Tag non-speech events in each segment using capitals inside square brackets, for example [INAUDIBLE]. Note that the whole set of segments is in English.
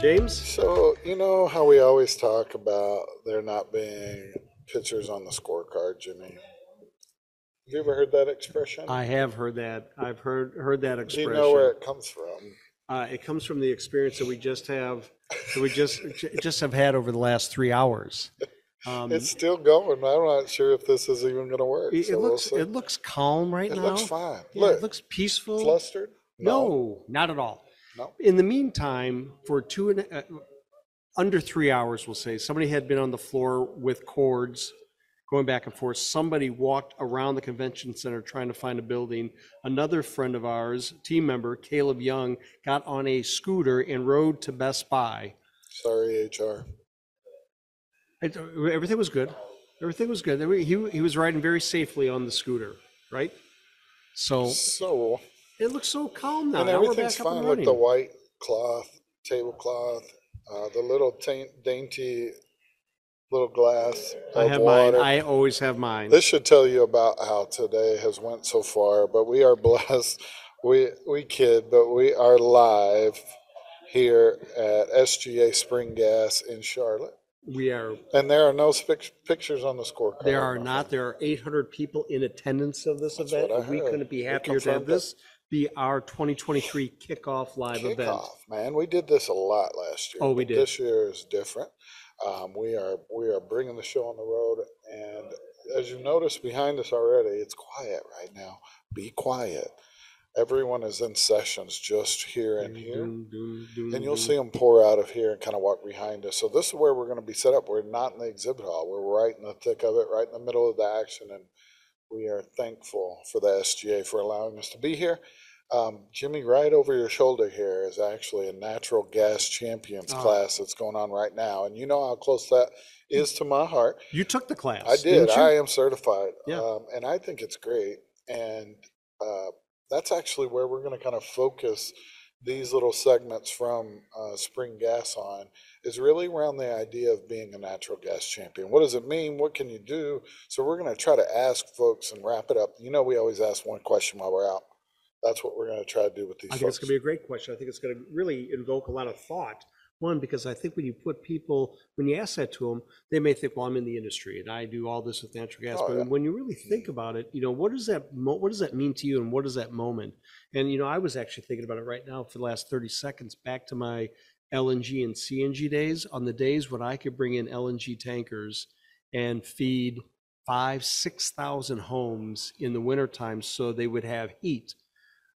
James? So, you know how we always talk about there not being pitchers on the scorecard, Jimmy? You ever heard that expression? I have heard that. I've heard heard that Do expression. you know where it comes from? Uh, it comes from the experience that we just have, that we just [LAUGHS] just have had over the last three [LAUGHS] hours. Um, It's still going. I'm not sure if this is even going to work. it, it so we'll looks see. it looks calm right It now. looks fine. Yeah, Look, it looks peaceful. flustered? no. not at all. No. In the meantime, for two and uh, under three hours, we'll say somebody had been on the floor with cords going back and forth. Somebody walked around the convention center trying to find a building. Another friend of ours, team member Caleb Young, got on a scooter and rode to Best Buy. Sorry, HR. It- uh, Everything was good. Everything was good. There were- He, he was riding very safely on the scooter, right? So So, it looks so calm now. and Now we're everything's back up fine and with running. the white cloth, tablecloth, uh, the little taint, dainty little glass I of have mine. water. I always have mine. This should tell you about how today has went so far, but we are [LAUGHS] blessed. We we kid, but we are live here at SGA Spring Gas in Charlotte, We are, and there are no spic- pictures on the scorecard. there are not, there are 800 people in attendance of this That's event. what I and We heard. couldn't be We happier to have confirmed it. this be our 2023 kickoff live event. Kickoff, man. We did this a lot last year. Oh, we but did. This year is different. Um, we are we are bringing the show on the road, and as you notice behind us already, it's quiet right now. Be quiet. Everyone is in sessions just here and here. Doom, doom, doom, And you'll doom. see them pour out of here and kind of walk behind us. So this is where we're going to be set up. We're not in the exhibit hall. We're right in the thick of it, right in the middle of the action, and we are thankful for the SGA for allowing us to be here. Um, Jimmy, right over your shoulder here is actually a natural gas champions Ah. class that's going on right now, and you know how close that is to my heart. You took the class. I did. didn't you? I am certified. Yeah. Um, and I think it's great. And uh, that's actually where we're going to kind of focus these little segments from uh, Spring Gas on is really around the idea of being a natural gas champion. What does it mean? What can you do? So we're going to try to ask folks and wrap it up. You know, we always ask one question while we're out. That's what we're going to try to do with these I think folks. it's going to be a great question. I think it's going to really invoke a lot of thought. One, because I think when you put people, when you ask that to them, they may think, "Well, I'm in the industry and I do all this with natural gas." Oh, but yeah. when you really think about it, you know, what does that mo- what does that mean to you, and what is that moment? And you know, I was actually thinking about it right now for the last 30 seconds, back to my LNG and CNG days. On the days when I could bring in LNG tankers and feed five, six thousand homes in the wintertime, so they would have heat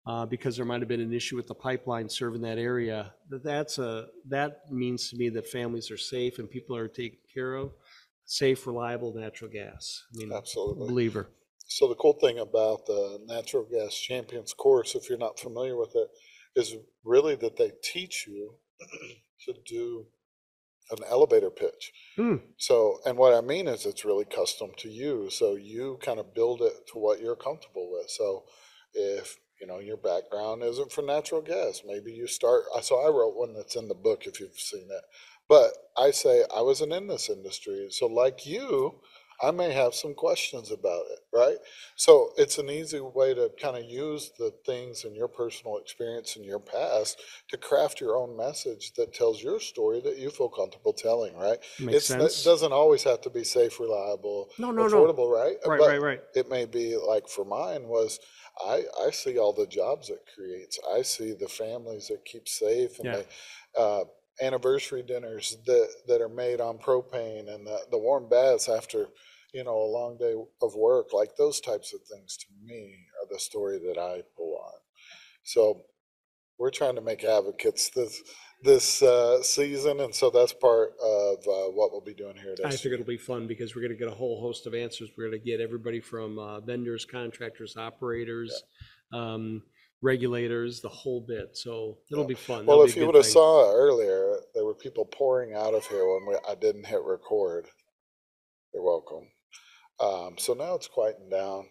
uh, because there might have been an issue with the pipeline serving that area. That that's a that means to me that families are safe and people are taken care of. Safe, reliable natural gas. I mean, Absolutely. believer. So the cool thing about the Natural Gas Champions course, if you're not familiar with it, is really that they teach you [CLEARS THROAT] to do an elevator pitch. Hmm. So, and what I mean is it's really custom to you. So you kind of build it to what you're comfortable with. So if, you know, your background isn't for natural gas, maybe you start, I- so I wrote one that's in the book if you've seen it. But I say I wasn't in this industry. So like you, I may have some questions about it, right? So it's an easy way to kind of use the things in your personal experience in your past to craft your own message that tells your story that you feel comfortable telling, right? Makes It's- sense. It doesn't always have to be safe, reliable, no, no, no. affordable, right? Right, But right, right. It may be like for mine was I I see all the jobs it creates. I see the families that keep safe and Yeah. the uh, anniversary dinners that that are made on propane and the the warm baths after you know a long day of work. Like those types of things to me are the story that I pull on. So we're trying to make advocates this this uh, season, and so that's part of uh, what we'll be doing here. at I SGA. think it'll be fun because we're going to get a whole host of answers. We're going to get everybody from uh, vendors, contractors, operators, um, regulators, the whole bit. So it'll Yeah. be fun. Well, That'll be if a you good would have thing. saw earlier, there were people pouring out of here when we, I didn't hit record. You're welcome. Um, so now it's quieting down,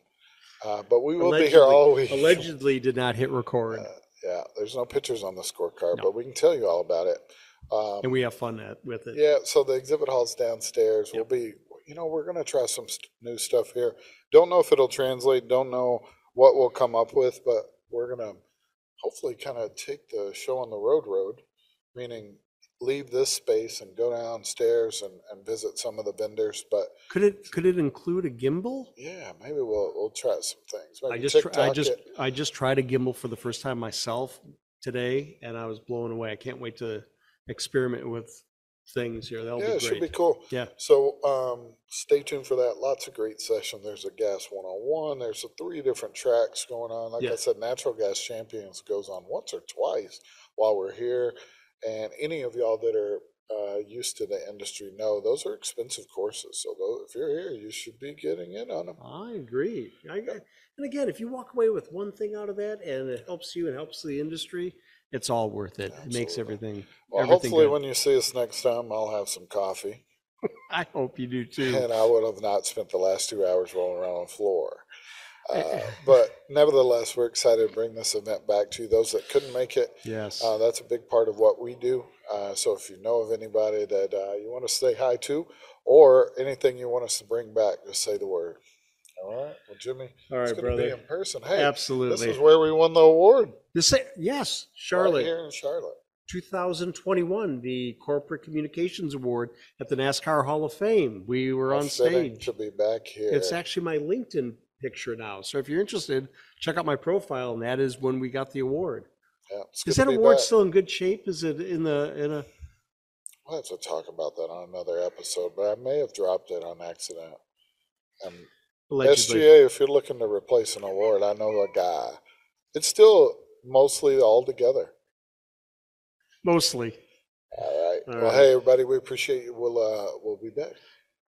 uh, but we will be here Allegedly- all week. allegedly did not hit record, Uh, [LAUGHS] yeah, there's no pictures on the scorecard, No. but we can tell you all about it. Um, and we have fun at, with it. yeah, so the exhibit hall's downstairs. We'll be, you know, we're gonna try some st- new stuff here. Don't know if it'll translate. Don't know what we'll come up with, but we're gonna hopefully kind of take the show on the road road, meaning leave this space and go downstairs and, and visit some of the vendors, but Could it, could it include a gimbal? yeah, maybe we'll, we'll try some things. I Maybe just, tr- I TikTok just, it. I just tried a gimbal for the first time myself today and I was blown away. I can't wait to experiment with things here. That'll Yeah, it be should be great. cool. Yeah. So, um, stay tuned for that. Lots of great session. There's a gas one-on-one. There's a three different tracks going on. Like Yeah. I said, Natural Gas Champions goes on once or twice while we're here. And any of y'all that are uh, used to the industry know those are expensive courses. So tho- if you're here, you should be getting in on them. I agree. I, I- and again, if you walk away with one thing out of that and it helps you and helps the industry, it's all worth it. It makes Absolutely. everything, Well, everything hopefully, good. when you see us next time, I'll have some coffee, I hope you do too. and I would have not spent the last two hours rolling around on the floor. [LAUGHS] Uh, but nevertheless, we're excited to bring this event back to you. Those that couldn't make it, Yes. uh, that's a big part of what we do. Uh, so if you know of anybody that uh, you want to say hi to, or anything you want us to bring back, just say the word. All right. Well, Jimmy, All it's right, going to be in brother. person. Hey, this Absolutely. is where we won the award. The sa- yes, right Charlotte, here in Charlotte. 2021, the Corporate Communications Award at the NASCAR Hall of Fame. We were How on fitting stage. to be back here. It's actually my LinkedIn picture now. So if you're interested, check out my profile, and that is when we got the award. Yeah, it's Is good that to be award back. still in good shape? Is it in the in a? We'll have to talk about that on another episode, but I may have dropped it on accident. Um, Allegedly. SGA, if you're looking to replace an award, I know a guy. It's still mostly all together. Mostly. All right. All well, right. hey, everybody, we appreciate you. We'll uh, we'll be back.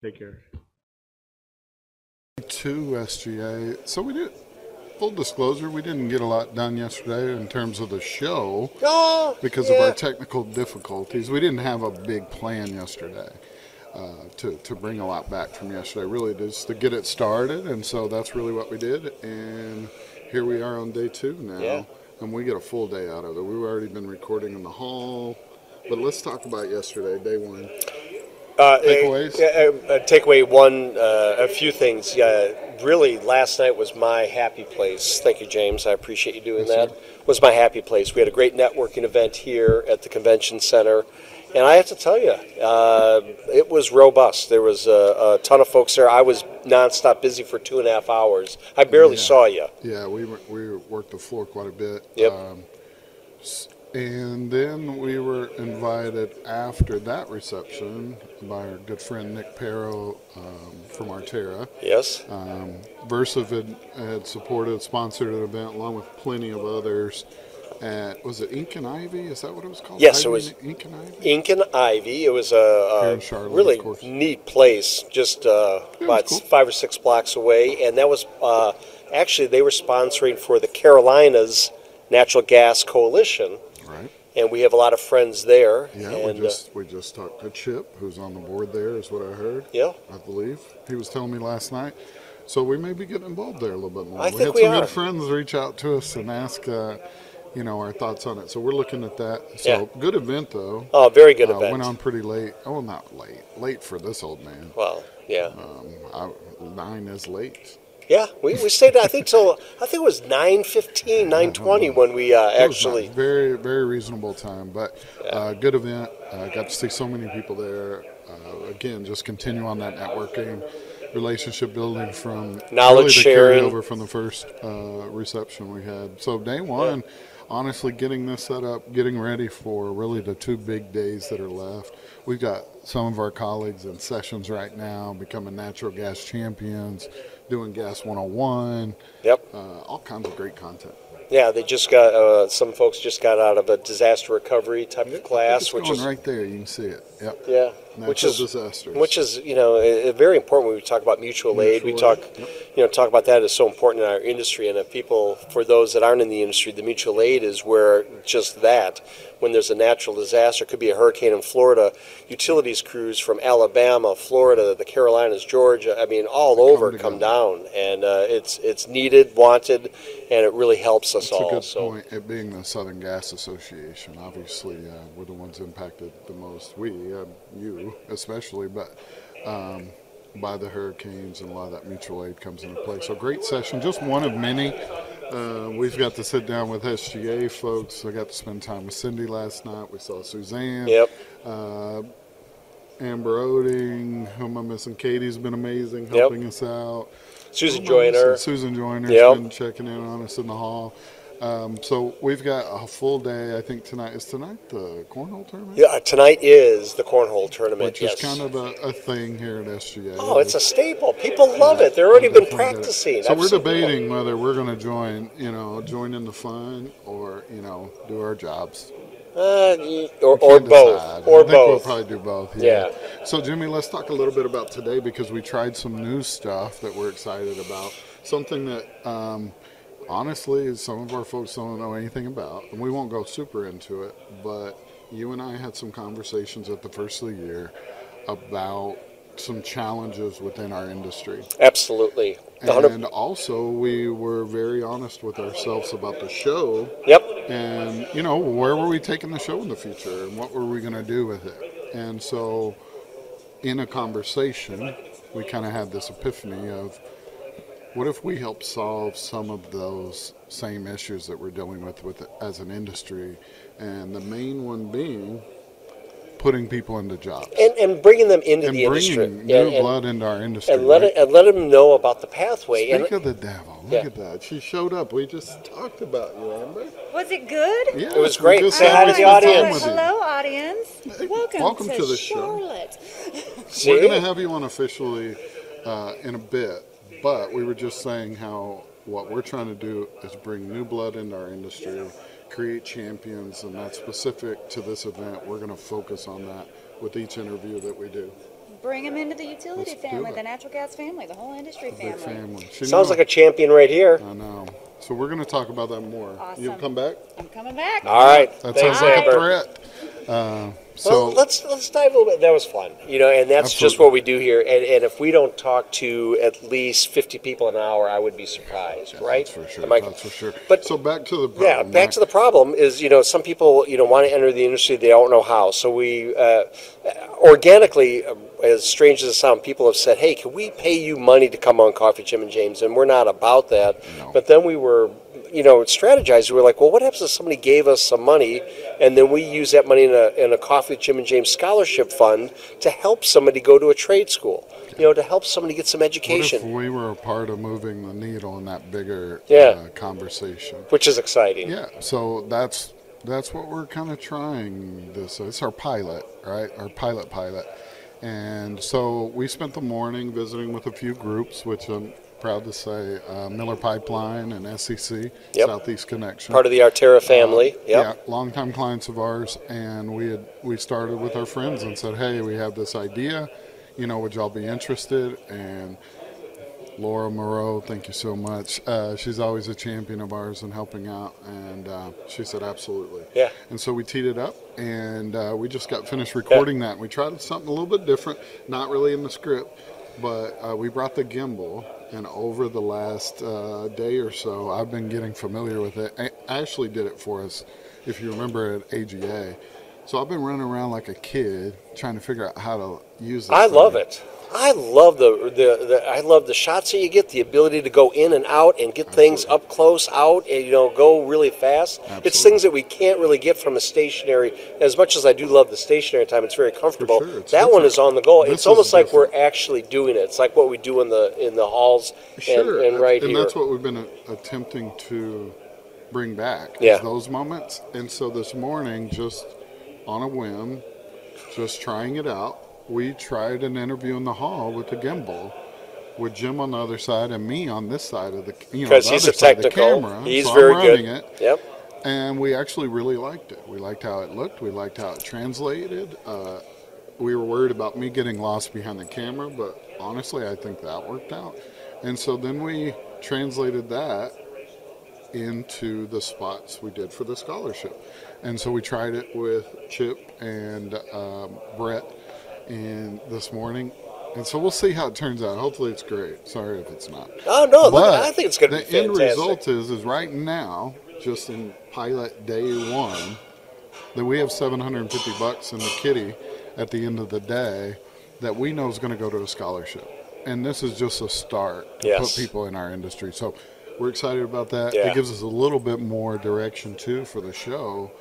Take care. to SGA. So we did. Full disclosure, we didn't get a lot done yesterday in terms of the show because of our technical difficulties. We didn't have a big plan yesterday uh, to, to bring a lot back from yesterday. Really, just to get it started. And so that's really what we did. And here we are on day two now. Yeah. And we get a full day out of it. We've already been recording in the hall. But let's talk about yesterday, day one. Uh, Takeaways? uh, uh, uh, takeaway one, uh, a few things. Yeah, really, last night was my happy place. Thank you, James. I appreciate you doing that. Was my happy place. We had a great networking event here at the convention center, and I have to tell you, uh, it was robust. There was a, a ton of folks there. I was nonstop busy for two and a half hours. I barely Yeah. saw you. Yeah, we were- we worked the floor quite a bit. Yep. Um, s- and then we were invited after that reception by our good friend Nick Perro um, from Artera. Yes. Um, Versiv had, had supported, sponsored an event along with plenty of others. At was it Ink and Ivy? Is that what it was called? Yes, it Ivy was- and Ink and Ivy. Ink and Ivy. It was a, Here a in Charlotte, really of course. neat place, just uh, Yeah, it was about cool. five or six blocks away. And that was uh, actually they were sponsoring for the Carolinas Natural Gas Coalition, Right. and we have a lot of friends there. Yeah, and uh, we just we just talked to Chip, who's on the board there, is what I heard. Yeah. I believe he was telling me last night. So we may be getting involved there a little bit more. I we think had we some are. good friends reach out to us and ask, uh, you know, our thoughts on it. So we're looking at that. So good event though. uh, oh, very good uh, event. Went on pretty late. Oh, not late. Late for this old man. Well, yeah, Um, I, nine is late. yeah. We, we stayed. I think till I think it was nine fifteen, nine twenty when we uh, It was actually. not very very reasonable time but uh, good event uh, got to see so many people there uh, again just continue on that networking relationship building from Knowledge the sharing. carryover from the first uh, reception we had so day one honestly getting this set up getting ready for really the two big days that are left we've got some of our colleagues in sessions right now becoming natural gas champions doing gas 101 Yep. uh, all kinds of great content Yeah, they just got uh, some folks just got out of a disaster recovery type of class, It's which going is right there. You can see it. Yep. Yeah, Natural which is disasters. which is you know i- i- very important when we talk about mutual, aid. We Mutual aid, talk, you know, talk about that is so important in our industry. And if people, for those that aren't in the industry, the mutual aid is where just that. When there's a natural disaster, it could be a hurricane in Florida, utilities crews from Alabama, Florida, the Carolinas, Georgia. I mean, all over come down, and uh, it's it's needed, wanted, and it really helps us It's a all. good so point. It being the Southern Gas Association, obviously, uh, we're the ones impacted the most. We, uh, you especially, but um, by the hurricanes and a lot of that mutual aid comes into play. So great session. Just one of many. Uh, we've got to sit down with SGA folks. I got to spend time with Cindy last night. We saw Suzanne. Yep. Uh, Amber Oding, who am I missing? Katie's been amazing Yep. helping us out. Susan Who am I missing? Joyner. Susan Joyner's Yep. been checking in on us in the hall. Um, so we've got a full day. I think tonight is tonight the cornhole tournament, Yeah, tonight is the cornhole tournament. which yes. is kind of a, a thing here at SGA. oh, it's a staple. People love it. They've already been practicing. So we're Absolutely. debating whether we're going to join, you know, join in the fun or you know do our jobs Uh, y- or We or can't both. decide. Or I think both. We'll probably do both. Yeah. Yeah. So Jimmy, let's talk a little bit about today because we tried some new stuff that we're excited about. Something that um, honestly, some of our folks don't know anything about, and we won't go super into it. But you and I had some conversations at the first of the year about some challenges within our industry. Absolutely. A hundred- And also, we were very honest with ourselves about the show Yep. and you know where were we taking the show in the future and what were we going to do with it and so in a conversation we kind of had this epiphany of what if we help solve some of those same issues that we're dealing with with as an industry and the main one being putting people into jobs And, and bringing them into and the bringing industry. new and, and- blood into our industry and let right? it, and let them know about the pathway. And Speak of the devil. Oh, Look Yeah. at that. She showed up. We just talked about you, Amber. Was it good? Yeah, It was great. Say hi to the audience. Hello, audience. Welcome, welcome to the show. Charlotte. see, We're going to have you on officially uh, in a bit, but we were just saying how what we're trying to do is bring new blood into our industry, create champions, and that's specific to this event. We're going to focus on that with each interview that we do. Bring them into the utility Let's do family, it. the natural gas family, the whole industry The family. family. She sounds knew like a champion right here. it. I know. So we're going to talk about that more. You'll Awesome. come back. I'm coming back. All right. That Thanks, sounds like a Amber. threat. Uh, so Well, let's let's dive a little bit. That was fun, you know, and that's just Absolutely. what we do here. And, and if we don't talk to at least fifty people an hour, I would be surprised, right? That's for sure. Am I- that's for sure. But so back to the yeah, problem, back to the problem is you know some people you know want to enter the industry they don't know how. So we uh, organically, uh, as strange as it sounds, people have said, "Hey, can we pay you money to come on Coffee Jim and James?" And we're not about that. No. But then we were. You know, strategized. We were like, well, what happens if somebody gave us some money, and then we use that money in a, in a Coffee Jim and James scholarship fund to help somebody go to a trade school? You know, to help somebody get some What if education, we were a part of moving the needle in that bigger Yeah. uh, conversation? which is exciting. Yeah. So that's that's what we're kind of trying. This it's our pilot, right? Our pilot pilot. And so we spent the morning visiting with a few groups, which I'm proud to say uh, Miller Pipeline and SEC Yep. Southeast Connection. Part of the Artera family. Yep. Uh, Yeah, longtime clients of ours, and we had we started with our friends and said, "Hey, we have this idea. You know, would y'all be interested?" And Laura Moreau, thank you so much. Uh, she's always a champion of ours in helping out, and uh, she said, "Absolutely." Yeah. And so we teed it up, and uh, we just got finished recording that. We tried something a little bit different, not really in the script, but uh, we brought the gimbal. And over the last uh, day or so, I've been getting familiar with it. A- Ashley did it for us, if you remember, at AGA. So I've been running around like a kid trying to figure out how to use this. I thing. love it. I love the, the the I love the shots that you get, the ability to go in and out and get things Absolutely. up close, out, and you know go really fast. It's Absolutely. things that we can't really get from a stationary. As much as I do love the stationary time, it's very comfortable. sure, it's that one different. is on the go. This it's almost is like we're different. actually doing it. It's like what we do in the in the halls and- Sure, and, right here. that's what we've been a- attempting to bring back. is Yeah. those moments. And so this morning, just on a whim, just trying it out, we tried an interview in the hall with the gimbal, with Jim on the other side and me on this side of the you know the because other he's a side of the technical. camera. he's so I'm very running good. it Yep. and we actually really liked it. We liked how it looked. We liked how it translated. Uh, we were worried about me getting lost behind the camera, but honestly, I think that worked out. And so then we translated that into the spots we did for the scholarship. And so we tried it with Chip and um, Brett in this morning. And so we'll see how it turns out. Hopefully, it's great. Sorry if it's not Oh no! Look, I think it's going to be the fantastic. end result is is right now, just in pilot day one, that we have 750 bucks in the kitty at the end of the day that we know is going to go to a scholarship. And this is just a start to Yes. put people in our industry. So We're excited about that. Yeah. It gives us a little bit more direction too for the show.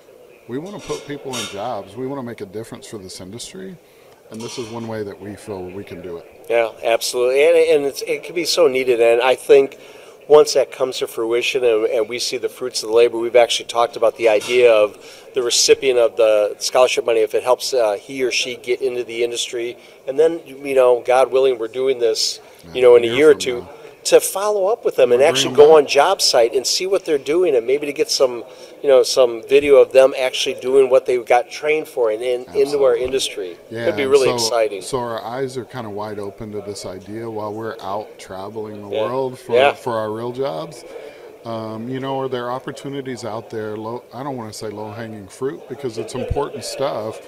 We want to put people in jobs. We want to make a difference for this industry, and this is one way that we feel we can do it. Yeah, absolutely, and and it's, it can be so needed. And I think once that comes to fruition and, and we see the fruits of the labor, we've actually talked about the idea of the recipient of the scholarship money if it helps uh, he or she get into the industry, and then you know, God willing, we're doing this, you know, in a a year year or from two. now. To follow up with them and actually them go back. on job site and see what they're doing, and maybe to get some, you know, some video of them actually doing what they got trained for and in, into our Absolutely. industry. Yeah, Could be and really so, exciting. So our eyes are kind of wide open to this idea while we're out traveling the Yeah. world for, Yeah. for our real jobs. Um, you know, are there opportunities out there? Low, I don't want to say low hanging fruit because it's important stuff.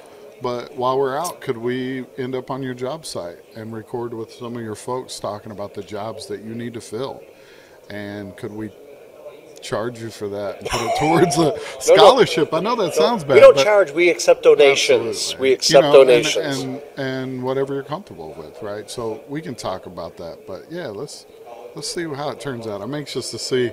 But while we're out, could we end up on your job site and record with some of your folks talking about the jobs that you need to fill? And could we charge you for that and put it [LAUGHS] towards a scholarship? I know that sounds bad. we don't but- charge. We accept donations. Absolutely. We You accept know, and- donations. and, and whatever you're comfortable with, right? So we can talk about that, but yeah, let's let's see how it turns out. I'm anxious to see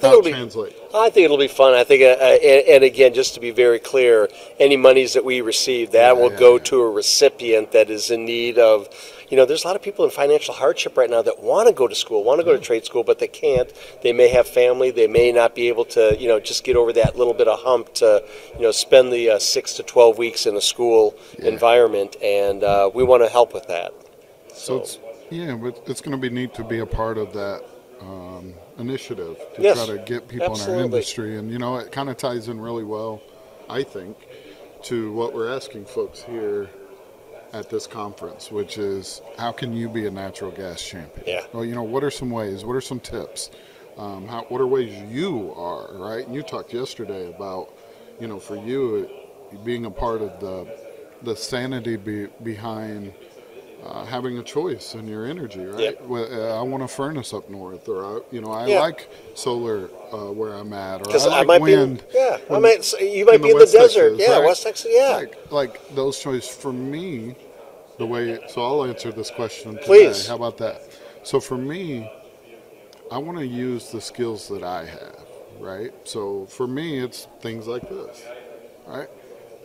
how it'll it be- translates. I think it'll be fun. I think, uh, uh, and, and again, just to be very clear, any monies that we receive, that will yeah, go yeah. to a recipient that is in need of. You know, there's a lot of people in financial hardship right now that want to go to school, want to Mm. go to trade school, but they can't. They may have family. They may not be able to, you know, just get over that little bit of hump to, you know, spend the uh, six to 12 weeks in a school environment. And uh, we want to help with that. So it's yeah, but it's going to be neat to be a part of that um, initiative to Yes, try to get people in absolutely. our industry, and you know, it kind of ties in really well, I think, to what we're asking folks here at this conference, which is how can you be a natural gas champion? Yeah. Well, you know, what are some ways? What are some tips? Um, how, what are ways you are right? And you talked yesterday about, you know, for you it- being a part of the the sanity be, behind uh, having a choice in your energy, right? Yep. Well, uh, I want a furnace up north, or I, you know, I Yeah. like solar uh, where I'm at, or I Because like I, might wind. be, yeah, I when- might, s- you might in be in the West desert, Texas, yeah, right? West Texas, yeah. Like, like those choices for me, the way. So I'll answer this question today. Please. How about that? So for me, I want to use the skills that I have, right? So for me, it's things like this, right?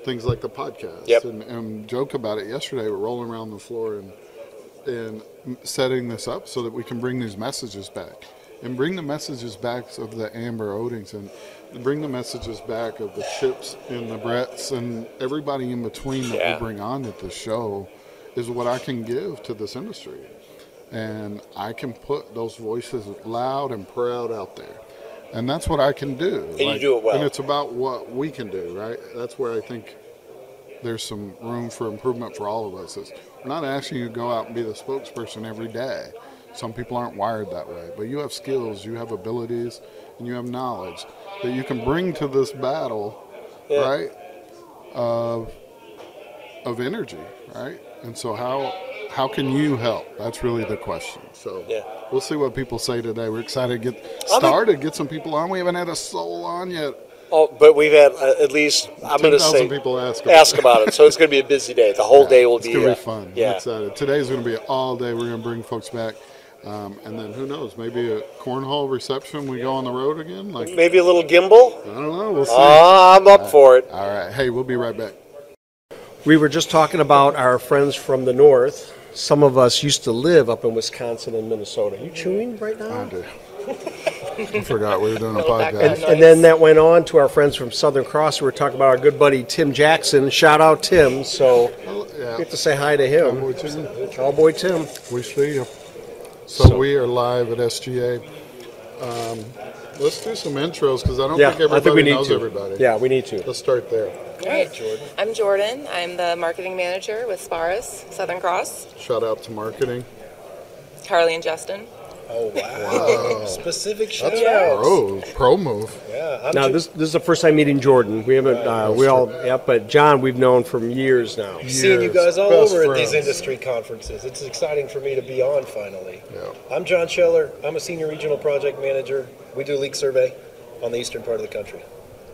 Things like the podcast. Yep. And, and joke about it yesterday. We're rolling around the floor and and setting this up so that we can bring these messages back and bring the messages back of the Amber Odings and bring the messages back of the Chips and the Bretts and everybody in between that Yeah. we bring on at the show is what I can give to this industry. And I can put those voices loud and proud out there. And that's what I can do. And you do it well. And it's about what we can do, right? That's where I think there's some room for improvement for all of us. It's, we're not asking you to go out and be the spokesperson every day. Some people aren't wired that way, but you have skills, you have abilities, and you have knowledge that you can bring to this battle, Yeah. right? Of of energy, right? And so how how can you help? That's really the question. So Yeah. we'll see what people say today. We're excited to get started, get some people on. We haven't had a soul on yet. Oh, but we've had uh, at least I'm going to 10,000 say people ask about ask about it. So it's going to be a busy day. The whole day will it's be gonna uh, be fun. I'm Yeah, excited. Today's gonna be all day. We're gonna bring folks back, um, and then who knows? Maybe a cornhole reception. We go on the road again. Like maybe a little gimbal. I don't know. We'll see. Ah, I'm up for it. all right. Hey, we'll be right back. We were just talking about our friends from the north. Some of us used to live up in Wisconsin and Minnesota. You chewing right I now? do. [LAUGHS] I forgot we were doing a And, podcast. and then that went on to our friends from Southern Cross. We were talking about our good buddy Tim Jackson. Shout out Tim. So Yeah. get to say hi to him. Cowboy Tim, Cowboy Tim. We see you. So, So- we are live at SGA. Um, let's do some intros because I don't Yeah, think everybody I think we need knows to. everybody. Yeah, we need to. Let's start there. Right. I'm Jordan. I'm the marketing manager with Sparus Southern Cross. Shout out to marketing. Carly and Justin. Oh wow! Specific shout Oh, pro move. Yeah, I'm Now Ju- this this is the first time meeting Jordan. We haven't uh, we all yeah, but John we've known from years now. seeing you years, guys all best over at these friends. industry conferences. It's exciting for me to be on finally. Yeah. I'm John Scheller. I'm a senior regional project manager. We do leak survey on the eastern part of the country.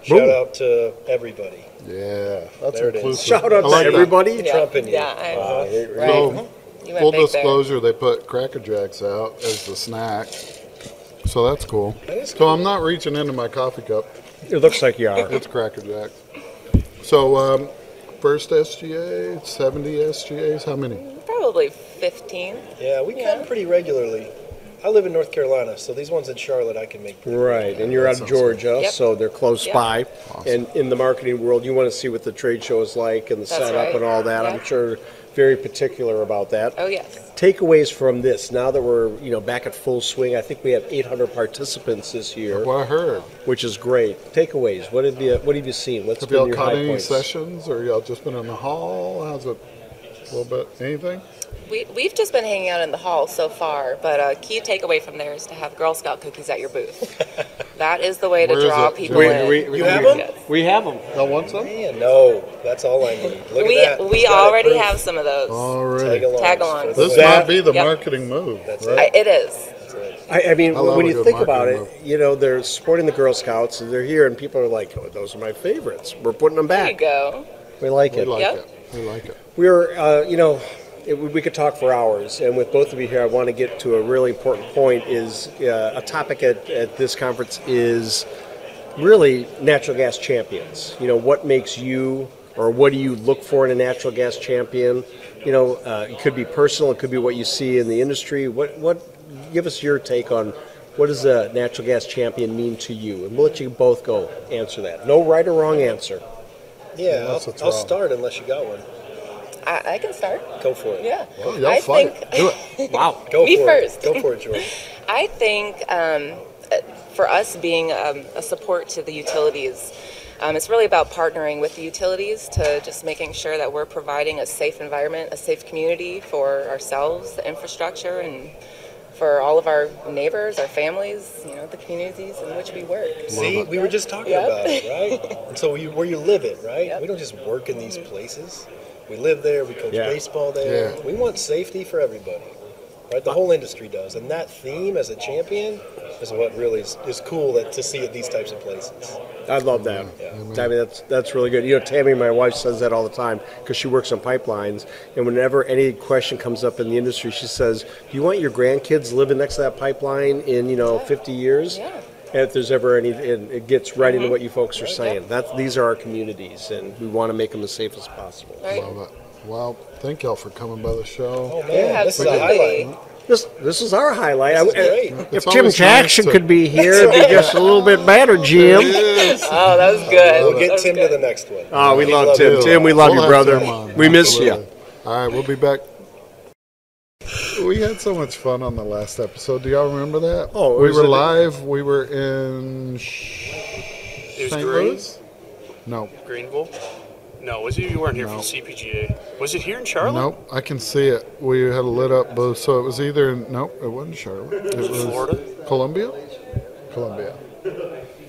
Shout Boom. out to everybody. Yeah, that's There it is. inclusive. Shout out I to like that. everybody. Yeah. Trump and you. Yeah, I- Right. So, You went full big there. disclosure, they put Cracker Jacks out as the snack. so that's cool. That is So I'm not reaching into my coffee cup. It looks like you are. It's Cracker Jack. So um, first SGA, 70 SGAs, how many? Probably 15. Yeah, we Yeah. come pretty regularly. I live in North Carolina, so these ones in Charlotte I can make. pretty Right, and you're out of Georgia, Yep. so they're close Yep. by. And in the marketing world, you want to see what the trade show is like and the That's setup right. and all that. I'm Yep. sure very particular about that. Oh, yes. Takeaways from this, now that we're, you know, back at full swing, I think we have 800 participants this year, Well, I heard. which is great. Takeaways, what have you, what have you seen? What's Have been y'all your caught high any points? sessions or y'all just been in the hall? How's it? A little bit, anything? We, we've just been hanging out in the hall so far, but a key takeaway from there is to have Girl Scout cookies at your [LAUGHS] booth. that is the way to Where is draw it? people We- in. we- You have 'em? Yes. We have them. Y'all want some? Yeah, no, that's all I need. Look We, at that. we Got it already proof. have some of those. Alrighty. Tag-alongs Tag-alongs. for the This web. That- might be the Yep. marketing move. That's right? I- it is. I, I mean, I love when a you good think about it, marketing you know, they're supporting the Girl Scouts, and they're here, and people are like, oh, those are my favorites. We're putting them There you back. go. We like We it. like Yep. it. We like it. We're, uh, you know, it, we could talk for hours, and with both of you here, I want to get to a really important point. Is uh, a topic at, at this conference is really natural gas champions. You know, what makes you, or what do you look for in a natural gas champion? You know, uh, it could be personal, it could be what you see in the industry. What, what? Give us your take on what does a natural gas champion mean to you, and we'll let you both go answer that. No right or wrong answer. Yeah, I'll, what's I'll wrong? start unless you got one. I, I can start. Go for it. Yeah. Well, y'all I fight. think Do [LAUGHS] it. Wow. Go Me for first. it. Go for [LAUGHS] it, George. I think um, uh, for us being um, a support to the utilities, um, it's really about partnering with the utilities to just making sure that we're providing a safe environment, a safe community for ourselves, the infrastructure, and for all of our neighbors, our families, you know, the communities in which we work. See, we were just talking Yep. about it, right? And so you, where you live it, right? Yep. We don't just work in these places. We live there. We coach Yeah. baseball there. Yeah. We want safety for everybody, right? The whole industry does, and that theme as a champion is what really is, is cool that to see at these types of places. I love that. Tammy, that's that's really good. You know, Tammy, my wife says that all the time because she works on pipelines, and whenever any question comes up in the industry, she says, "Do you want your grandkids living next to that pipeline in you know 50 years?" Yeah. And if there's ever any, and it gets right into what you folks are saying. That these are our communities, and we want to make them as safe as possible. Right? Love it. Well, thank y'all for coming by the show. Oh man, this is a Absolutely. highlight. This this is our highlight. I- This is great. If It's Jim always Jackson nice to- could be here, [LAUGHS] it'd be just a little bit better, Jim. Yes. [LAUGHS] Oh, that was good. We'll That get was Tim to good. the next one. Oh, we love Tim. you. Tim, we love We'll you, have brother. Tim on. We miss you. Absolutely. All right, we'll be back. We had so much fun on the last episode. Do y'all remember that? Oh, it we was were a- live. We were in Sh- It was St. Green, Louis. No, Greenville. No, was it? You weren't here No. from CPGA. Was it here in Charlotte? nope. I can see it. We had a lit up booth, so it was either in, nope. It wasn't Charlotte. It was Florida? Columbia. Columbia.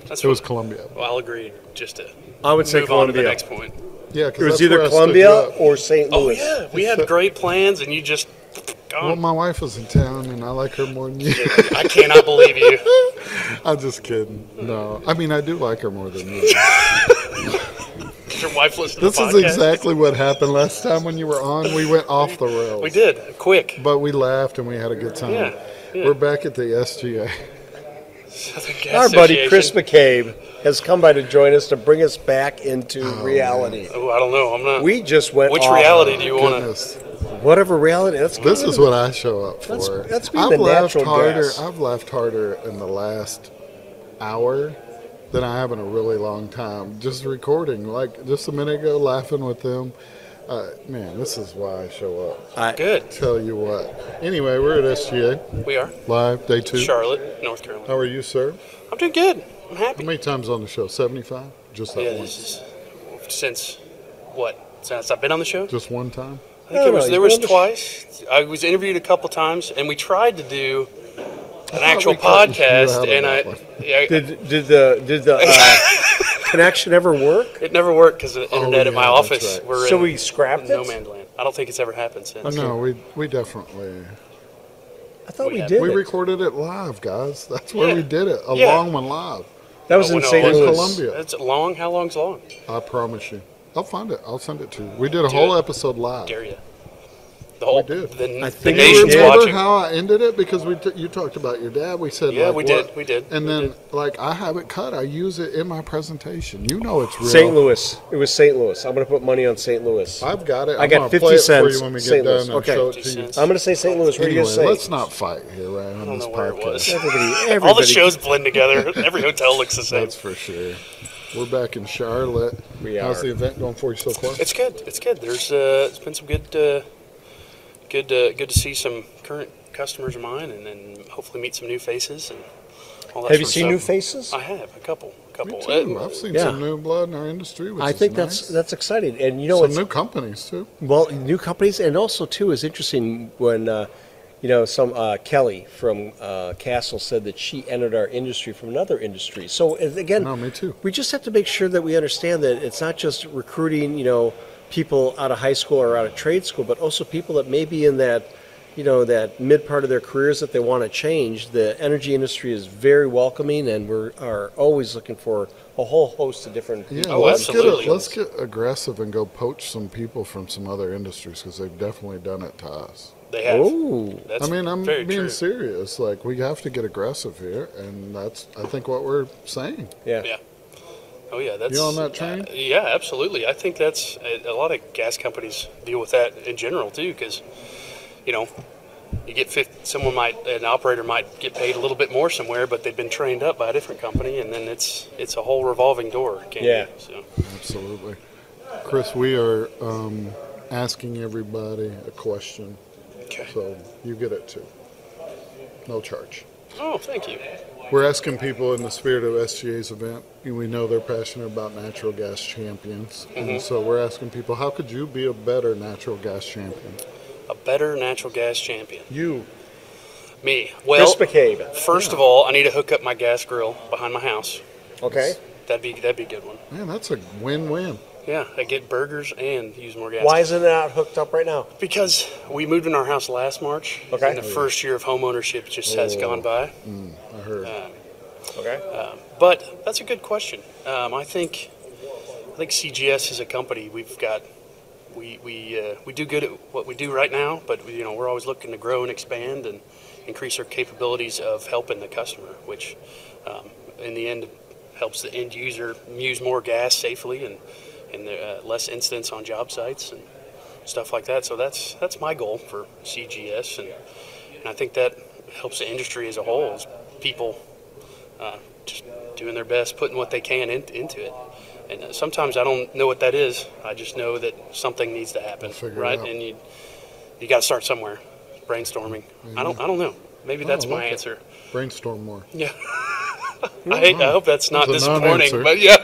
That's It was what- Columbia. Well, I'll agree. Just to I would say move on to the Columbia. next point. Yeah, 'cause It was that's where either I stood you Columbia up. or St. Oh Louis. yeah, we had great plans, and you just Well, gone. my wife was in town, and I like her more than you. Oh. I cannot believe you. [LAUGHS] I'm just kidding. No, I mean I do like her more [LAUGHS] than you. Did your wife listen to This the is podcast? [LAUGHS] exactly what happened last time when you were on. We went off the rails. We did quick. But we laughed and we had a good time. Yeah, yeah. We're back at the SGA. Southern Gas Our buddy Association. Chris McCabe has come by to join us to bring us back into reality. Oh, I don't know. I'm not. We just went Which off. reality do you want to? Oh, Goodness. Whatever reality. That's This is what I show up That's- for. that's being I've the laughed natural harder. gas. I've laughed harder in the last hour than I have in a really long time. Just recording, like just a minute ago, laughing with them. Uh, man, this is why I show up. Good. Tell you what. Anyway, we're at SGA We are live day two. Charlotte, North Carolina. How are you, sir? I'm doing good. I'm How happy. many times on the show? Seventy-five. Just that Yeah, one. this is since what? Since I've been on the show. Just one time. I think No, it was, no, there you was were on the- twice. I was interviewed a couple times, and we tried to do an thought actual we cut you out podcast, of and I, that one. yeah, Did, did the did the uh, [LAUGHS] connection ever work? it never worked because the internet at Oh, yeah, my that's office. right. We're So in we scrapped no it? man's land. I don't think it's ever happened since. Oh, No, we we definitely I thought We we, had- did. we it. recorded it live, guys. That's where Yeah. we did it. A Yeah. long one live that was I in went St. all- in Louis. Columbia. That's long. How long's long? I promise you. I'll find it. I'll send it to you. We did a Do whole it. episode live. Dare you? The whole Uh, We did. The, I the think nation's remember watching. how I ended it because we t- you talked about your dad. We said Yeah, like, we what- did, we did, And we then did. like I have it cut. I use it in my presentation. You know it's real. St. Louis. It was St. Louis. I'm going to put money on St. Louis. I've got it. I I'm got gonna 50 play it cents, For you when we get St. done. Louis. I'll Okay. show it to you. I'm going to say St. Louis. What are you Anyway, going to say? let's not fight here right, on don't this know where it was. podcast. Everybody, All the everybody- shows [LAUGHS] blend together. Every hotel looks the same. That's for sure. We're back in Charlotte. We How's are. the event going for you so far? It's good. It's good. There's uh, it's been some good, uh, good, uh, good to see some current customers of mine, and then hopefully meet some new faces and all that. Have you sort of seen new stuff. faces? I have a couple, a couple. Me Uh, too. I've seen yeah. some new blood in our industry. Which I is think nice. that's that's exciting, and you know, some it's, new companies too. well, new companies, and also too is interesting when uh, you know some uh, Kelly from uh, Castle said that she entered our industry from another industry. So as- again, No, me too. We just have to make sure that we understand that it's not just recruiting, you know, people out of high school or out of trade school, but also people that may be in that, you know, that mid part of their careers that they want to change. The energy industry is very welcoming, and we're are always looking for a whole host of different. Yeah, Oh, let's get a, absolutely. let's get aggressive and go poach some people from some other industries because they've definitely done it to us. They have. Ooh. That's I mean, I'm very being true. serious. Like we have to get aggressive here, and that's I think what we're saying. Yeah. Yeah. Oh yeah, that's You on that train? uh, yeah, absolutely. I think that's a, a lot of gas companies deal with that in general too, because you know you get 50, someone might an operator might get paid a little bit more somewhere, but they've been trained up by a different company, and then it's it's a whole revolving door. Can't Yeah. Be, so. Absolutely, Chris. We are um, asking everybody a question, Okay. so you get it too. No charge. Oh, thank you. We're asking people in the spirit of SGA's event, and we know they're passionate about natural gas champions. Mm-hmm. And so we're asking people, how could you be a better natural gas champion? A better natural gas champion. You. Me. Well, Chris McCabe. first of all, I need to hook up my gas grill behind my house. Okay. That'd be that'd be a good one. Man, that's a win win. Yeah, I get burgers and use more gas. Why isn't it not hooked up right now? Because we moved in our house last March, Okay. and the first year of home ownership just has gone by. Um, I heard. Okay. But that's a good question. Um, I think I think CGS is a company we've got. We we uh, we do good at what we do right now, but you know we're always looking to grow and expand and increase our capabilities of helping the customer, which um, in the end helps the end user use more gas safely and and the, uh, less incidents on job sites and stuff like that. So that's that's my goal for CGS, and, and I think that helps the industry as a whole. Is people uh, just doing their best, putting what they can in, into it. And uh, sometimes I don't know what that is. I just know that something needs to happen, We'll figure it right? out. And you you got to start somewhere. Brainstorming. I don't I don't know. Maybe that's Mm-hmm. I my like it. answer. Brainstorm more. Yeah. I, hate, I hope that's not That's a disappointing, non-answer. but yeah.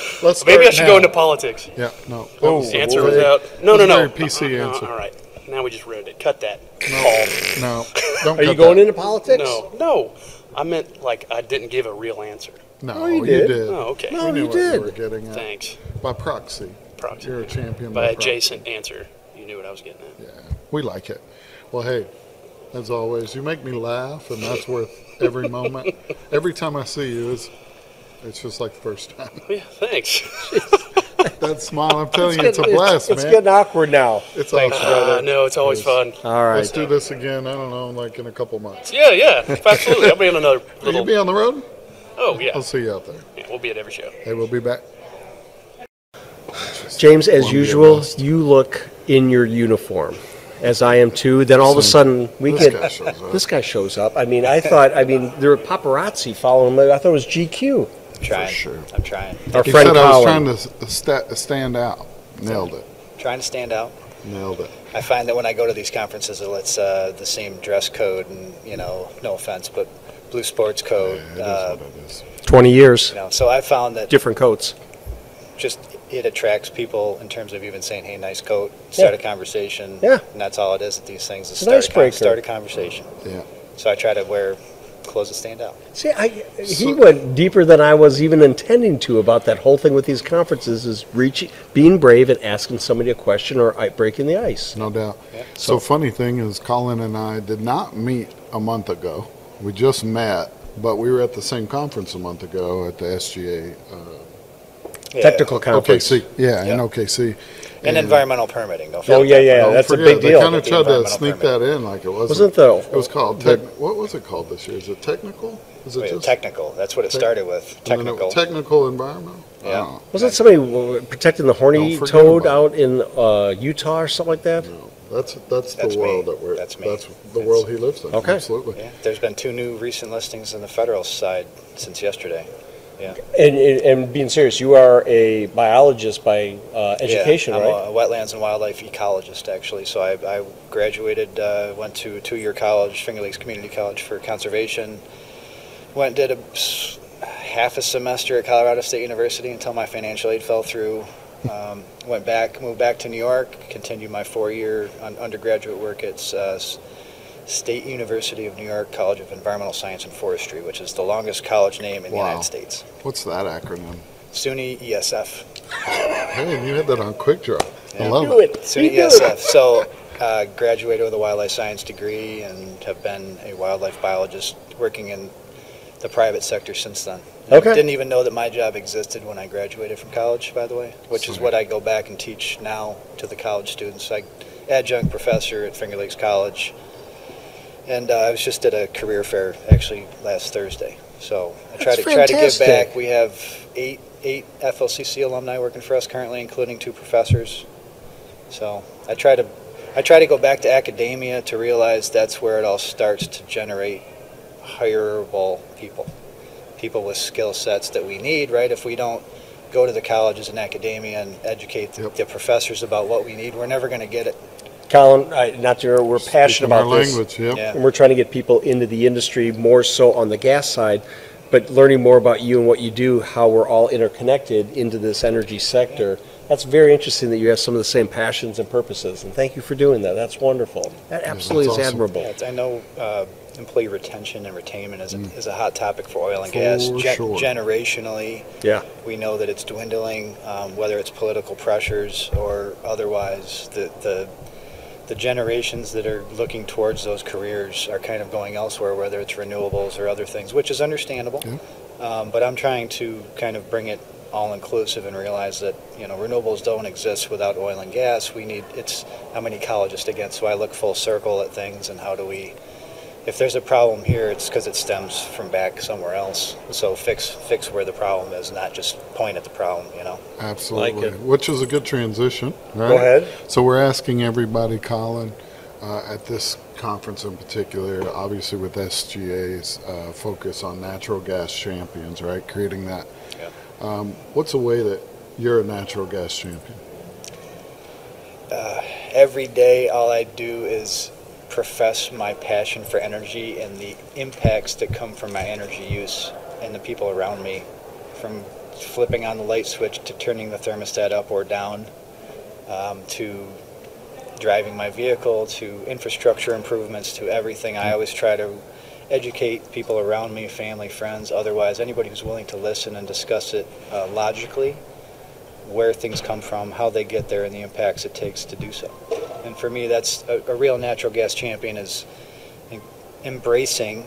[LAUGHS] Let's Maybe I start should now. go into politics. Yeah, no. that Oh, was The answer very- was out. No, that no, was a Very no. PC Uh-uh, uh-uh, answer. all right. Now we just ruined it. Cut that. [LAUGHS] No, don't. Are you cut going that. into politics? No, no. I meant like I didn't give a real answer. No, Oh, you you did. did. Oh, okay. No, We knew you what did. You were getting at. Thanks. By proxy. Proxy. You're a champion. By proxy. adjacent answer, you knew what I was getting at. Yeah, we like it. Well, hey, as always, you make me laugh, and that's worth every [LAUGHS] moment. Every time I see you, it's it's just like the first time. Oh, Yeah, thanks. [LAUGHS] That smile, I'm telling you, it's a blast, It's man. getting awkward now. It's awesome. Uh, no, it's always fun. All right. Let's do this again. I don't know, like in a couple months. Yeah, yeah, absolutely. I'll be on another Will you little. be on the road? Oh yeah. I'll see you out there. yeah, we'll be at every show. Hey, we'll be back. James, as Columbia usual, West. you look in your uniform, as I am too. Then all of a sudden, we This get guy shows up. this guy shows up. I [LAUGHS] mean, I thought, I mean, there were paparazzi following him. I thought it was GQ. I'm trying. sure. I'm trying. Our He friend said I was trying Colin. to s- sta stand out. Nailed it. Trying to stand out. Nailed it. I find that when I go to these conferences, it's uh, the same dress code, and you know, no offense, but blue sports Yeah, code. it is uh, what it is. Twenty years, you know, so I found that different coats. just it attracts people in terms of even saying, "Hey, nice coat." Start a conversation. Yeah. And that's all it is at these things. Is It's an start, a con- icebreaker. start a conversation. Yeah. So I try to wear clothes that stand out. See, I, he So- went deeper than I was even intending to about that whole thing with these conferences is reaching, being brave and asking somebody a question or i- breaking the ice. No doubt. So, funny thing is, Colin and I did not meet a month ago. We just met, but we were at the same conference a month ago at the SGA uh, Yeah. Technical conference. OKC. Yeah, in Yeah. OKC. And environmental permitting, don't Oh, forget yeah, that. yeah, Don't that's a forget big deal. They kind of tried to sneak that in like it wasn't. wasn't the? It was called, the- techni- what was it called this year? Is it technical? Is it Wait, just- technical, that's what it Tec- started with, And then it- technical. Technical environmental? Oh. Yeah. Wasn't somebody w- protecting the horny Don't forget toad out in uh, Utah or something like that? That's, that's That's the me. world that we're, That's that's me. the world he lives in, Okay. absolutely. Yeah, There's been two new recent listings on the federal side since yesterday. Yeah. And, and, and being serious, you are a biologist by uh, education, yeah, I'm right? a wetlands and wildlife ecologist, actually. So I, I graduated, uh, went to a two-year college, Finger Lakes Community College for conservation. Went did a s- half a semester at Colorado State University until my financial aid [LAUGHS] fell through. Um, went back, moved back to New York, continued my four-year un- undergraduate work at uh, S- State University of New York College of Environmental Science and Forestry, which is the longest college name in the Wow. United States. What's that acronym? SUNY E ESF. Hey, you had that on quick draw. I Yeah. love it. So ESF. So uh, graduated with a wildlife science degree and have been a wildlife biologist working in the private sector since then. Okay. Didn't even know that my job existed when I graduated from college, by the way, which is Sweet. what I go back and teach now to the college students. I adjunct professor at Finger Lakes College, and uh, I was just at a career fair actually last Thursday. So I try That's to try to give fantastic. back. We have eight eight FLCC alumni working for us currently, including two professors. So I try to I try to go back to academia to realize that's where it all starts to generate hireable people, people with skill sets that we need. Right? If we don't go to the colleges and academia and educate the, the professors about what we need, we're never going to get it. Colin, I, not to, we're passionate our about this. language, yep. Yeah. And we're trying to get people into the industry more so on the gas side, but learning more about you and what you do, how we're all interconnected into this energy sector. That's very interesting that you have some of the same passions and purposes, and thank you for doing that. That's wonderful. That absolutely is admirable. Yeah, it's- I know uh, employee retention and retainment is, a, is a hot topic for oil and gas. Mm. For Gen- sure. Generationally, Yeah. we know that it's dwindling, um, whether it's political pressures or otherwise. The, the the generations that are looking towards those careers are kind of going elsewhere, whether it's renewables or other things, which is understandable. Um, but I'm trying to kind of bring it all inclusive and realize that you know renewables don't exist without oil and gas. We need it's I'm an ecologist again, so I look full circle at things and how do we if there's a problem here, it's because it stems from back somewhere else. So fix fix where the problem is, not just point at the problem. You know. Uh, Absolutely, it. which is a good transition. Right? ahead. So we're asking everybody, Colin, uh, at this conference in particular, obviously with SGA's uh, focus on natural gas champions, right? Creating that. Um, what's a way that you're a natural gas champion? uh, every day all I do is profess my passion for energy and the impacts that come from my energy use and the people around me from flipping on the light switch to turning the thermostat up or down um, to driving my vehicle to infrastructure improvements to everything I always try to educate people around me family friends otherwise anybody who's willing to listen and discuss it uh, logically where things come from, how they get there, and the impacts it takes to do so. And for me, that's a, a real natural gas champion is en- embracing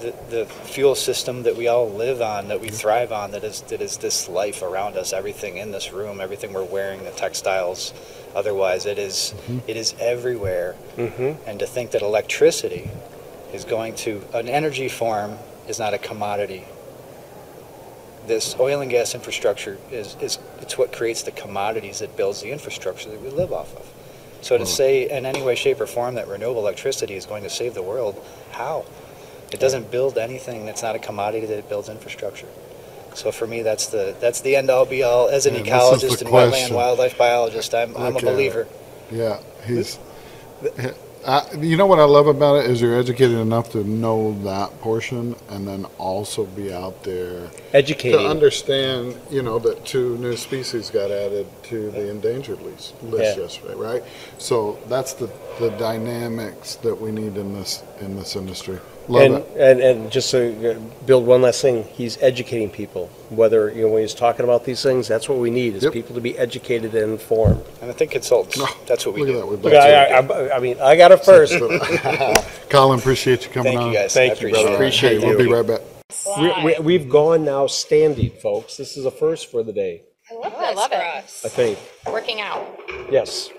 the, the fuel system that we all live on, that we thrive on, that is that is this life around us, everything in this room, everything we're wearing, the textiles. Otherwise, it is- it is everywhere. And to think that electricity is going to an energy form is not a commodity this oil and gas infrastructure is, is it's what creates the commodities that builds the infrastructure that we live off of. So to Hmm. say in any way, shape, or form that renewable electricity is going to save the world, how? It doesn't build anything that's not a commodity that builds infrastructure. So for me, that's the that's the end all be all. As an Man, this is the ecologist and wetland question. wildlife biologist, I'm, I'm a Look at it. believer. Yeah, he's. I, you know what I love about it is you're educated enough to know that portion, and then also be out there Educating. to understand. You know that two new species got added to the endangered list, list Yeah. yesterday, right? So that's the the dynamics that we need in this in this industry. Love and, it. and and just to uh, build one last thing, he's educating people. Whether you know when he's talking about these things, that's what we need is people to be educated and informed. And I think consultants. That's what we Look at do. that, we're Look, I, I, I- I mean, I got it [LAUGHS] [LAUGHS] first. Colin, appreciate you coming Thank you, on. guys. I Thank you, brother. All right. Appreciate Hey, We'll you. be right back. we, we, we've gone now standing, folks. This is a first for the day. I love Oh, I this love for it. us. I think. Working out. Yes.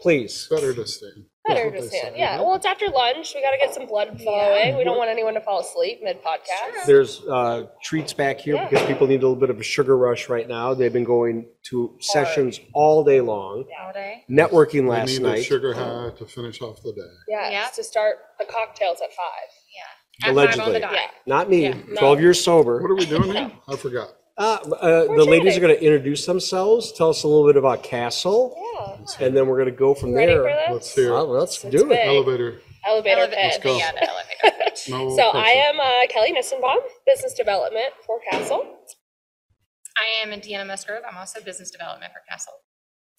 Please. Better to stand. Better to stand. Yeah. Well, it's after lunch. We got to get some blood flowing. We don't want anyone to fall asleep mid podcast. There's uh, treats back here Yeah. because people need a little bit of a sugar rush right now. They've been going to sessions all day long. All day. Networking We last need a night. sugar high to finish off the day. Yeah. To start the cocktails at five. Yeah. Allegedly. Yeah. Not me. Yeah. No. 12 years sober. What are we doing [LAUGHS] now? I forgot. Uh, uh, the ladies are going to introduce themselves, tell us a little bit about Castle, and then we're going to go from You ready there. for this? Let's hear it. Uh, let's It's do it. big. [LAUGHS] Elevator. Elevator Let's pitch. go. Yeah, the elevator pitch. No so I pressure. am uh, Kelly Nissenbaum, business development for Castle. I am Indiana Musgrove. I'm also business development for [LAUGHS] Castle.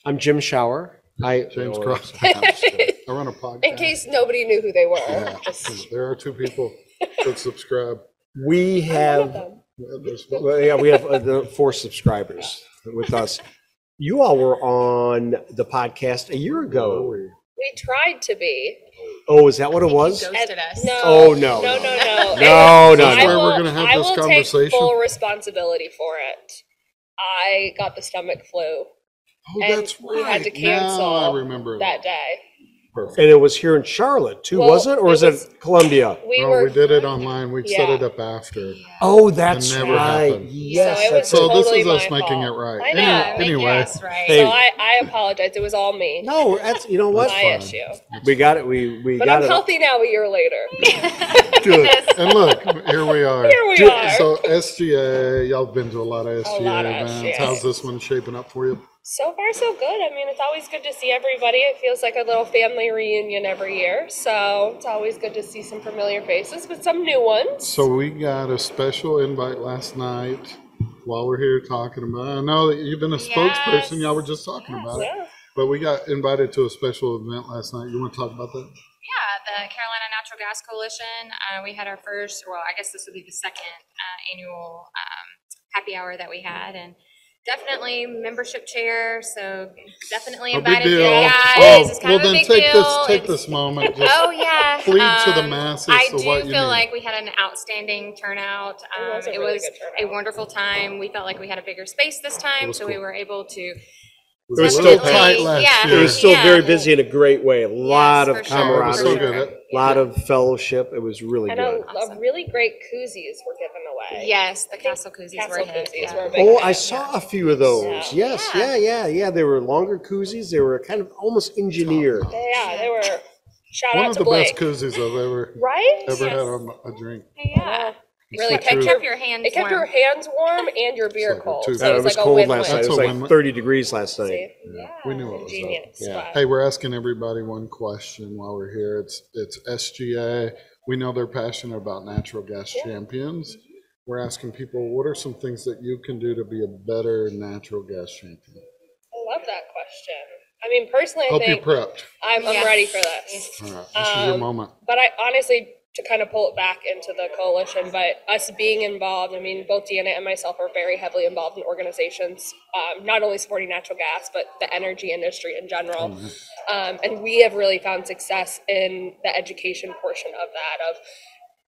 I'm Jim Shower. I James oh, Cross. [LAUGHS] I [LAUGHS] run a In podcast. case nobody knew who they were. Yeah, 'cause there are two people that subscribe. We have There's- Well, yeah, we have uh, the four subscribers with us. You all were on the podcast a year Oh, ago. We tried to be. Oh, is that what it was? Ghosted us. No. Oh, no, No, no. no, no. No, It- no, no. I Where will- we're gonna have I this will conversation? take full responsibility for it. I got the stomach flu. Oh, and that's We had to right. Now cancel I remember that day. And it was here in Charlotte too, Well, was it? Or it is it Columbia? we No, were- we did it online. We set Yeah. it up after. Oh, that's It never right. happened. Yes, So it that's was So this totally is us my making it fault. right. I Any- know. I think Anyway. that's right. Hey. So I, I apologize. It was all me. No, that's you know what? My issue. We got it. We we But got I'm it. healthy now. A year later. Good. And look, here [LAUGHS] we are. Here we Do- are. So SGA, y'all been to a lot of SGA lot of events. SGA. How's this one shaping up for you? So far, so good. I mean, it's always good to see everybody. It feels like a little family reunion every year. So it's always good to see some familiar faces, but some new ones. So we got a special invite last night while we're here talking about. I know that you've been a spokesperson. Y'all were just talking about it. But we got invited to a special event last night. You want to talk about that? Yeah, the Carolina Natural Gas Coalition. Uh, we had our first, well, I guess this would be the second uh, annual um, happy hour that we had, and definitely membership chair. So definitely A big invited you deal. guys. Oh, it's well kind of a then big take deal. this, take It's- this moment. Just [LAUGHS] oh yeah. Plead to the Um, masses I of do what you feel need. like we had an outstanding turnout. Um, was a it really was good a wonderful time. We felt like we had a bigger space this time, was so we cool. were able to. It was still definitely- tight last yeah, year. It was still yeah. very busy in a great way. A lot for of sure, for camaraderie, sure. So good. lot of fellowship. It was really and good. a, a really great koozies were given away. Yes, the castle koozies were Castle hit. koozies were a big Oh, hit. I saw a few of those. Yes, yeah, yeah, yeah. They were longer koozies. They were kind of almost engineered. Yeah, they were. Shout One out of to the Blake. best koozies I've ever, Right? ever had Yes. on a drink. Yeah. It's Really the kept truth. your, it kept your hands warm and your beer oh, cold. So it was, like a win last night. It was That's a like win-win. 30 degrees last night. We knew it was up. Genius. Yeah. Hey, we're asking everybody one question while we're here. It's it's SGA. We know they're passionate about natural gas champions. We're asking people, what are some things that you can do to be a better natural gas champion? I love that question. I mean, personally, I Hope you're think prepped. I'm, I'm Yes. ready for this. All right, this is your Um, moment. But I honestly, to kind of pull it back into the coalition, but us being involved, I mean, both Deanna and myself are very heavily involved in organizations, um, not only supporting natural gas, but the energy industry in general. Mm-hmm. Um, and we have really found success in the education portion of that. Of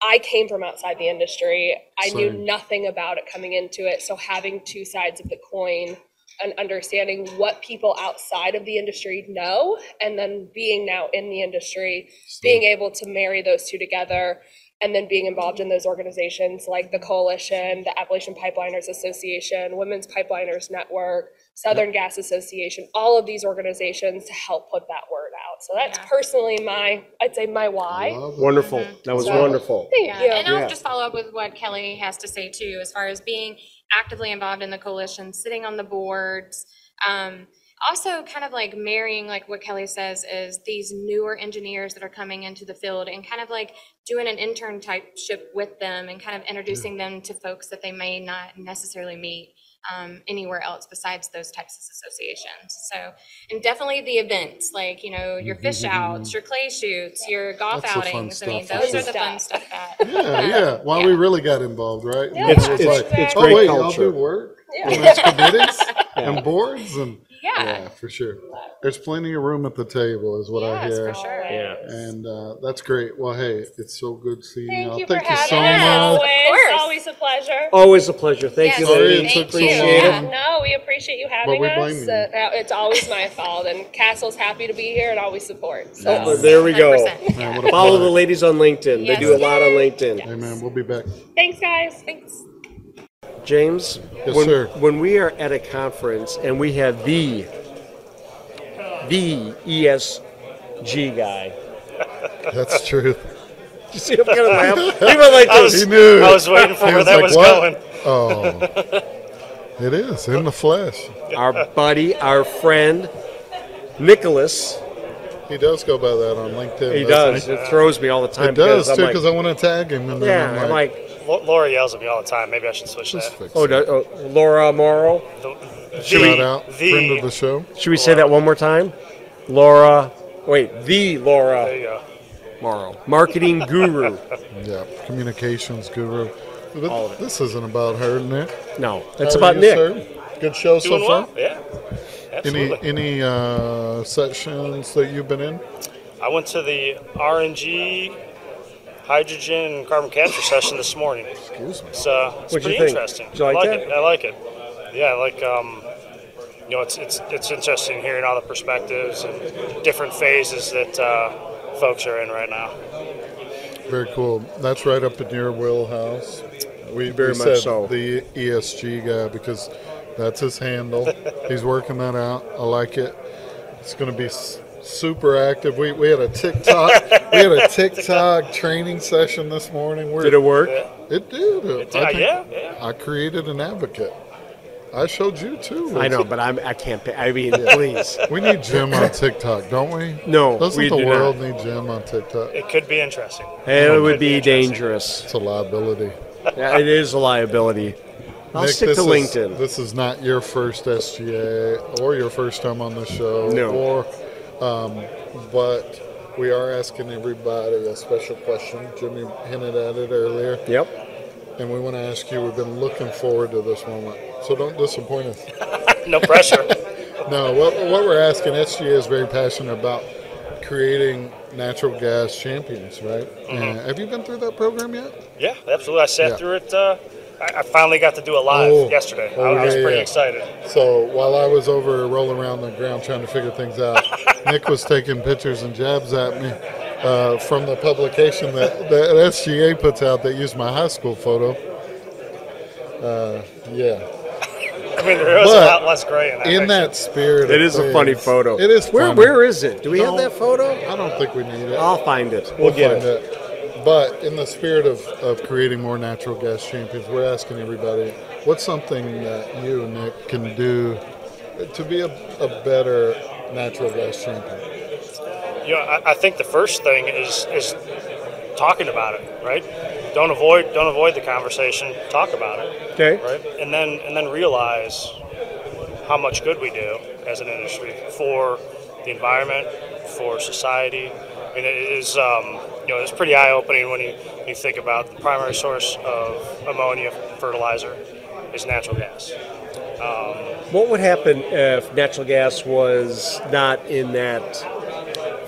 I came from outside the industry. I knew Same. nothing about it coming into it. So having two sides of the coin and understanding what people outside of the industry know, and then being now in the industry, being able to marry those two together, and then being involved in those organizations like the Coalition, the Appalachian Pipeliners Association, Women's Pipeliners Network, Southern Gas Association, all of these organizations to help put that word out. So that's personally my, I'd say my why. Wonderful. That was Mm-hmm. So- wonderful. Thank you. And Yeah. I'll just follow up with what Kelly has to say too, as far as being actively involved in the coalition, sitting on the boards. Um, also kind of like marrying like what Kelly says is these newer engineers that are coming into the field and kind of like doing an intern typeship with them and kind of introducing them to folks that they may not necessarily meet um, anywhere else besides those types of associations. So, and definitely the events, like, you know, your fish outs, your clay shoots, your golf That's the Mm-hmm. fun outings. I mean, stuff, those for are the sure. fun stuff that Yeah, yeah. Why we really got involved, right? Yeah, It's- It was it's- like, it's oh, great wait, y'all culture. [LAUGHS] do work and that's committees and boards and Yeah, Yeah, for sure. There's plenty of room at the table, is what I Yes, hear. for sure. Yeah. And uh, that's great. Well, hey, it's so good seeing Thank y'all. you Thank for you so having us. much. Always, always a pleasure. Always a pleasure. Thank you, Yes, lady. thank Appreciate you. it. Yeah, No, we appreciate you having we blame us. you. Uh, now, it's always my fault, and Castle's happy to be here and always support. So. Oh, there we go. Man, what a Follow pleasure. the ladies on LinkedIn. They do a lot on LinkedIn. Amen. We'll be back. Thanks, guys. Thanks. James, Yes, when, sir. when we are at a conference and we have the the ESG guy, That's true. you see him kind of [LAUGHS] laugh? He went like I this. was- He knew. I was waiting for He where that like, was "What?" going. Oh, it is in the flesh. [LAUGHS] Our buddy, our friend, Nicholas. He does go by that on LinkedIn. He doesn't does. It throws me all the time It does because I'm too, like- because I want to tag him. And then Yeah, I'm like, Lau- Laura yells at me all the time. Maybe I should switch that. oh, no, oh, Laura Morrow. Should we- shout out the- friend of the show. Should we say that one more time? Laura, wait, the Laura. There you go. Morrow, marketing [LAUGHS] guru. Yeah, communications guru. But All of it. This isn't about her, Nick. No, that's How are about you, Nick. sir? Good show Doing so well? far. Yeah. Any Absolutely. any uh, sessions that you've been in? I went to the RNG, hydrogen, and carbon capture session this morning. Excuse me. It's, uh, it's What'd you pretty think? interesting. Did you like I like that? it. I like it. Yeah, like um, you know, it's it's it's interesting hearing all the perspectives and different phases that uh, folks are in right now. Very cool. That's right up in your wheelhouse. We Very we much said so. The ESG guy because that's his handle. He's working that out. I like it. It's going to be s- super active. We we had a TikTok we had a TikTok training session this morning. We're- Did it work? It did. It did, yeah, I created an advocate. I showed you too. I know, but I'm, I can't. pay- I mean, Yeah. please. We need Jim on TikTok, don't we? No, Doesn't we the do not. world need Jim on TikTok? It could be interesting. It would be dangerous. It's a liability. Yeah, it is a liability. I'll Nick, stick this to is- LinkedIn. this is not your first SGA or your first time on the show. No. Or, um, but we are asking everybody a special question. Jimmy hinted at it earlier. Yep. And we want to ask you. We've been looking forward to this moment, so don't disappoint us. [LAUGHS] [LAUGHS] no pressure. no. What, what we're asking, SGA is very passionate about creating natural gas champions, right? Mm-hmm. And have you been through that program yet? Yeah, absolutely. I sat Yeah. through it. Uh, I, I finally got to do it live Oh. yesterday. Oh, I, I was yeah, pretty yeah. excited. [LAUGHS] So while I was over rolling around the ground trying to figure things out, Nick was taking pictures and jabs at me uh, from the publication that, that SGA puts out that used my high school photo. Uh, yeah. I [LAUGHS] mean, there was a But lot less gray in that. In that spirit, It of is a funny things- photo. It is. Where- funny. where is it? Do we have that photo? I don't think we need it. I'll find it. We'll We'll, get find it. it. But in the spirit of, of creating more natural gas champions, we're asking everybody what's something that you, Nick, can do to be a, a better natural gas champion? you know, I, I think the first thing is is talking about it, right? Don't avoid don't avoid the conversation. Talk about it, Okay. right? And then and then realize how much good we do as an industry for the environment, for society. I mean, it is um, you know it's pretty eye opening when you when you think about the primary source of ammonia fertilizer is natural gas. Um, What would happen if natural gas was not in that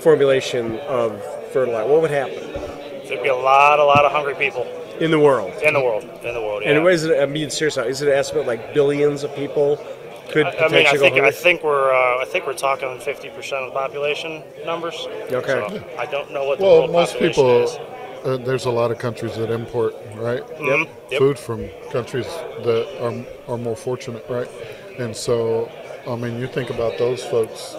formulation of fertilizer? What would happen there'd be a lot a lot of hungry people in the world? in the world in the world. Yeah. And is it? I mean, seriously, is it an estimate like billions of people could I- I mean, I potentially think go I hungry? think we're uh, I think we're talking fifty percent of the population numbers. Okay. So I don't know what the Well, world most population people, is. Mm-hmm. uh, there's a lot of countries that import, right? Yep. Yep. Food from countries that are, are more fortunate, right? And so, I mean, you think about those folks,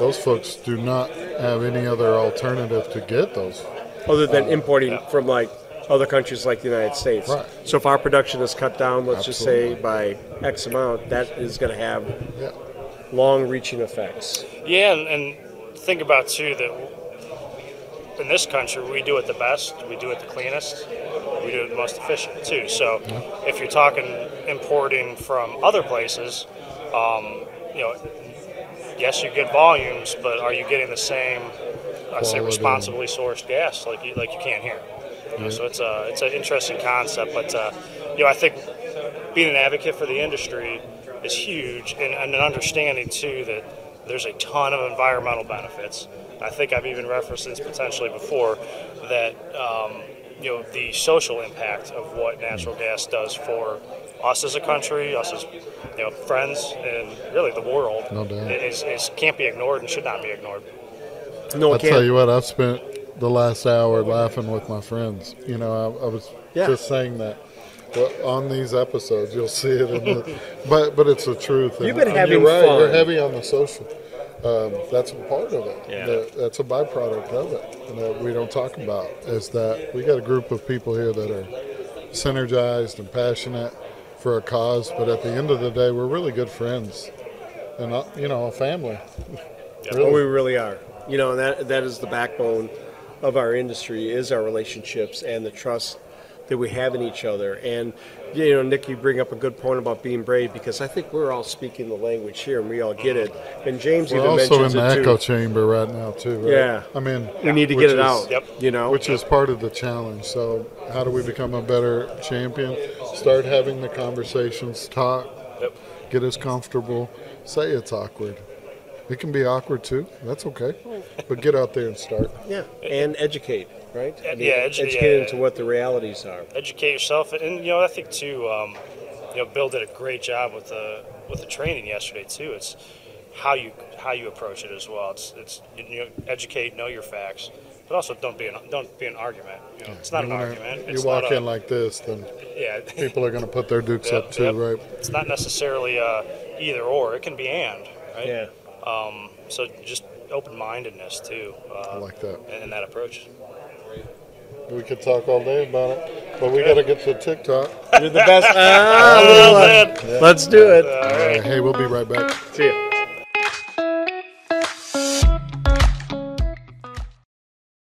those folks do not have any other alternative to get those. Other than uh, importing from like other countries like the United States. Right. So if our production is cut down, let's just say by X amount, that is going to have long-reaching effects. Yeah, and, and think about too that in this country we do it the best, we do it the cleanest, we do it the most efficient too. So if you're talking importing from other places, um, you know, yes, you get volumes, but are you getting the same, I say, Quality. responsibly sourced gas like you like you can here? You know, Yeah. So it's a it's an interesting concept, but uh, you know, I think being an advocate for the industry is huge, and, and an understanding too that there's a ton of environmental benefits. I think I've even referenced this potentially before that um, you know the social impact of what natural gas does for us as a country, us as you know friends, and really the world No doubt. is, is can't be ignored and should not be ignored. I'll tell you what, I've spent the last hour laughing with my friends. You know, I, I was Yeah. just saying that. Well, on these episodes, you'll see it. In the, [LAUGHS] but but it's the truth. and- You've been and having you're right, fun. You're heavy on the social. Um, that's a part of it. Yeah. That- that's a byproduct of it that we don't talk about is that we got a group of people here that are synergized and passionate for a cause, but at the end of the day, we're really good friends and uh, you know a family. [LAUGHS] Oh, we really are. You know, that that is the backbone of our industry is our relationships and the trust that we have in each other. And you know, Nick, you bring up a good point about being brave because I think we're all speaking the language here and we all get it. And James We're even also in mentions the it echo too. chamber right now, too. Right? Yeah. I mean, We need to which get it is- out, Yep. you know, which is part of the challenge. So, how do we become a better champion? Start having the conversations, talk, get us comfortable. Say it's awkward. It can be awkward too. That's okay. But get out there and start. Yeah, and educate, right? I mean, Uh, yeah, edu- educate yeah. into what the realities are. educate yourself and, you know i think too um, you know bill did a great job with the with the training yesterday too it's how you how you approach it as well it's it's you know educate know your facts but also don't be an don't be an argument you know it's not You an wanna- argument You it's walk not a- in like this, then Yeah. people are going to put their dukes Yep, up too, yep. right? it's not necessarily uh, either or it can be and right yeah um, so just open-mindedness too uh, I like that and, and that approach We could talk all day about it, but we got to get to TikTok. You're [LAUGHS] the best. Ah, Let's do it. Hey, we'll be right back. See ya.